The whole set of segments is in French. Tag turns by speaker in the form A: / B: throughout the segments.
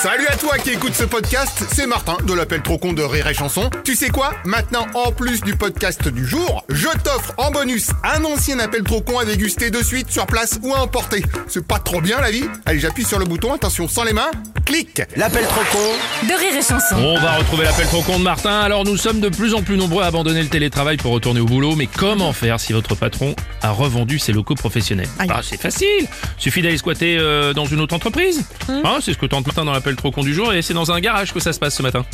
A: Salut à toi qui écoute ce podcast, c'est Martin de l'appel trop con de Rire et Chanson. Tu sais quoi Maintenant, en plus du podcast du jour, je t'offre en bonus un ancien appel trop con à déguster de suite sur place ou à emporter. C'est pas trop bien la vie Allez, j'appuie sur le bouton, attention, sans les mains, clique
B: L'appel trop con
C: de rire et chanson.
D: On va retrouver l'appel trop con de Martin. Alors nous sommes de plus en plus nombreux à abandonner le télétravail pour retourner au boulot, mais comment faire si votre patron a revendu ses locaux professionnels Bah c'est facile. Suffit d'aller squatter euh, dans une autre entreprise. Hein, c'est ce que tente Martin dans l'appel trop con du jour et c'est dans un garage que ça se passe ce matin.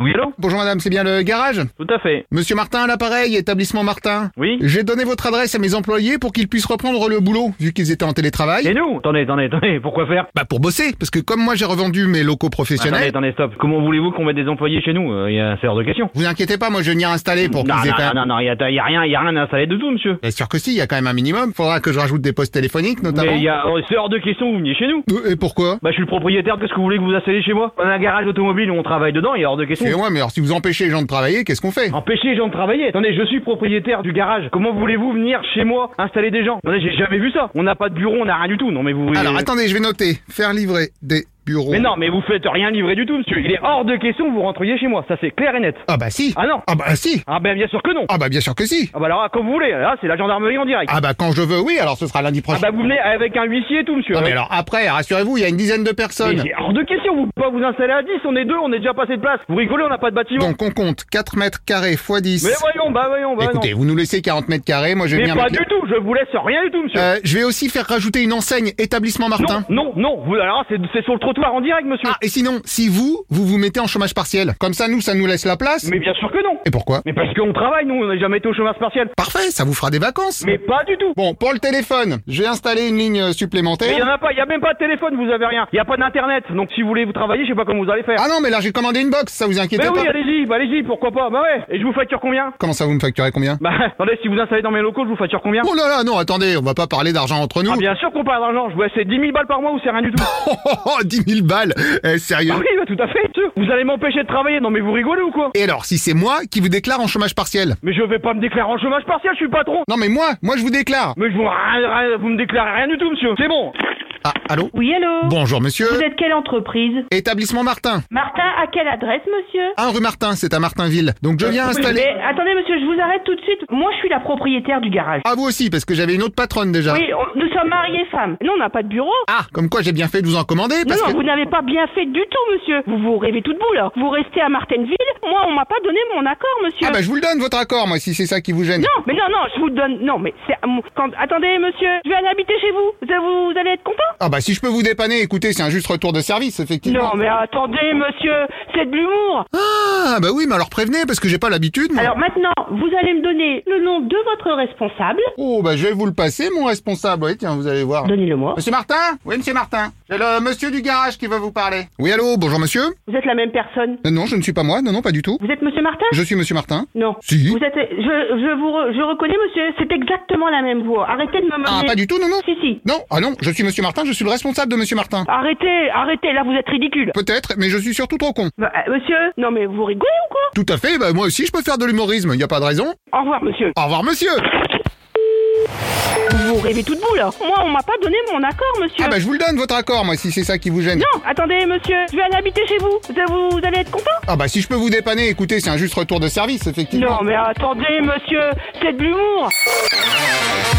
E: Oui, allô
A: Bonjour madame, c'est bien le garage
E: Tout à fait.
A: Monsieur Martin à l'appareil, établissement Martin.
E: Oui.
A: J'ai donné votre adresse à mes employés pour qu'ils puissent reprendre le boulot, vu qu'ils étaient en télétravail.
E: Et nous Attendez, attendez, attendez, pourquoi faire
A: Bah pour bosser, parce que comme moi j'ai revendu mes locaux
E: Attendez,
A: professionnels,
E: attendez, stop. Comment voulez-vous qu'on mette des employés chez nous Euh, Il y a c'est hors de question.
A: vous inquiétez pas, moi je vais venir installer pour
E: non,
A: qu'ils aient
E: non,
A: quand
E: non,
A: même...
E: non, non, il y a, il y a rien, il y a rien à installer de tout, monsieur.
A: Bien sûr que si, il y a quand même un minimum. Faudra que je rajoute des postes téléphoniques notamment.
E: Mais il y a, oh, c'est hors de question que vous veniez chez nous.
A: Euh, Et pourquoi
E: Bah, je suis le propriétaire, qu'est-ce que vous voulez que vous installez chez moi On a un garage automobile où on travaille dedans, il est hors de question.
A: Mais ouais, mais alors si vous empêchez les gens de travailler, qu'est-ce qu'on fait
E: Empêchez les gens de travailler. Attendez, je suis propriétaire du garage. Comment voulez-vous venir chez moi installer des gens Attendez, j'ai jamais vu ça. On n'a pas de bureau, on n'a rien du tout. Non, mais vous.
A: Alors attendez, je vais noter. Faire livrer des bureaux.
E: Mais non, mais vous faites rien livrer du tout, monsieur. Il est hors de question que vous rentriez chez moi. Ça, c'est clair et net.
A: Ah bah si.
E: Ah non.
A: Ah bah si.
E: Ah, ben, bien sûr que non.
A: Ah bah bien sûr que si.
E: Ah bah alors là, comme vous voulez, là c'est la gendarmerie en direct. Ah,
A: Ah bah quand je veux, oui. Alors ce sera lundi prochain.
E: bah vous venez avec un huissier et tout monsieur.
A: Non Ah, mais
E: Euh,
A: alors après, rassurez-vous, il y a une dizaine de
E: mais
A: personnes.
E: c'est hors de question, vous pouvez pas vous installer à 10, on est deux, on est déjà passé de place. Vous rigolez, on n'a pas de bâtiment.
A: Donc on compte 4 mètres carrés x 10.
E: Mais voyons, bah voyons, bah
A: Écoutez, vous nous laissez 40 mètres carrés, moi je vais
E: non. Mais
A: venir
E: pas
A: mettre
E: du
A: le-
E: tout, je vous laisse rien du tout monsieur.
A: Euh, je vais aussi faire rajouter une enseigne établissement Martin.
E: non, non, non, vous, alors là, c'est c'est sur le trottoir en direct monsieur.
A: Ah, et sinon, si vous, vous vous mettez en chômage partiel, comme ça, nous, ça nous laisse la place.
E: Mais bien sûr que non.
A: Et pourquoi
E: Mais parce qu'on travaille, nous, on n'a jamais été au chômage partiel.
A: Parfait, ça vous fera des vacances.
E: Mais pas du tout.
A: Bon, pour le téléphone, j'ai installé une ligne euh,
E: Mais il y en
A: supplémentaire.
E: a pas, il y a même pas de téléphone, vous avez rien. Il y a pas d'internet. Donc si vous voulez vous travailler, je sais pas comment vous allez faire.
A: Ah non, mais là, j'ai commandé une box, ça vous inquiète
E: mais
A: pas.
E: oui, allez-y, bah allez-y, pourquoi pas. Bah ouais, et je vous facture combien
A: Comment ça, vous me facturez combien
E: Bah attendez, si vous installez dans mes locaux, je vous facture combien
A: Oh là là, non, attendez, on va pas parler d'argent entre nous.
E: Ah bien sûr qu'on parle d'argent, je vois c'est 10 000 balles par mois ou c'est rien du tout.
A: Oh, oh, oh, 10 000 balles Eh,
E: Ah
A: Sérieux
E: oui, bah, tout à fait, sûr. Vous allez m'empêcher de travailler, non mais vous rigolez ou quoi
A: Et alors, si c'est moi qui vous déclare en chômage partiel
E: Mais je vais pas me déclarer en chômage partiel, je suis patron
A: Non, mais moi, moi, je vous déclare
E: Mais je vous, rien- rien- vous me déclarez rien du tout, monsieur C'est bon
A: Ah, allô
F: Oui, allô
A: Bonjour,
F: Vous
A: monsieur.
F: êtes quelle entreprise
A: Établissement Martin.
F: Martin, à quelle adresse, monsieur
A: 1 rue Martin, c'est à Martinville. Donc,
E: Euh,
A: je viens installer...
F: Mais attendez, monsieur, je vous arrête tout de suite. Moi, je suis la propriétaire du garage.
A: Ah, vous aussi, parce que j'avais une autre patronne, déjà.
F: Oui, on- nous sommes mariés femmes. Non, on n'a pas de bureau.
A: Ah, comme quoi j'ai bien fait de vous en commander,
F: non,
A: parce
F: non,
A: que...
F: vous n'avez pas bien fait du tout, monsieur. Vous vous rêvez toute boule. là. Vous restez à Martinville. Moi, on m'a pas donné mon accord, monsieur.
A: Ah bah je vous le donne votre accord moi si c'est ça qui vous gêne.
F: Non, mais non, non, je vous donne. Non, mais c'est. à mon- Quand... Attendez, monsieur, je vais aller habiter chez vous. Vous, vous- vous allez être content
A: Ah bah si je peux vous dépanner, écoutez, c'est un juste retour de service effectivement.
F: Non, mais attendez, monsieur, c'est de l'humour.
A: Ah bah oui, mais alors prévenez parce que j'ai pas l'habitude moi.
F: Alors maintenant, vous allez me donner le nom de votre responsable.
A: Oh bah je vais vous le passer mon responsable. Oui, tiens, vous allez voir.
F: Donnez-le-moi.
A: Monsieur Martin Oui, monsieur Martin. C'est le monsieur du garage qui veut vous parler. Oui, allô, bonjour monsieur
F: Vous êtes la même personne.
A: Euh, Non, je ne suis pas moi. Non non, pas du tout.
F: Vous êtes Monsieur Martin
A: Je suis monsieur Martin.
F: Non.
A: Si.
F: Vous êtes. Je, je vous, re- je reconnais Monsieur. C'est exactement la même voix. Arrêtez de me mener.
A: Ah pas du tout, non non.
F: Si si.
A: Non, ah non, je suis monsieur Martin, je suis le responsable de monsieur Martin.
F: Arrêtez, arrêtez. Là, vous êtes ridicule.
A: Peut-être, mais je suis surtout trop con.
F: Bah, euh, monsieur, non mais vous rigolez ou quoi
A: Tout à fait, bah moi aussi je peux faire de l'humorisme, il y a pas de raison.
F: Au revoir, Monsieur.
A: Au revoir monsieur.
F: Vous rêvez toute boule. là. Moi, on m'a pas donné mon accord, Monsieur.
A: Ah bah je vous le donne votre accord moi si c'est ça qui vous gêne.
F: Non, attendez, Monsieur. Je vais aller habiter chez vous. Vous, vous- vous allez être content.
A: Ah bah si je peux vous dépanner, écoutez, c'est un juste retour de service, effectivement.
F: Non mais attendez, Monsieur. C'est de l'humour.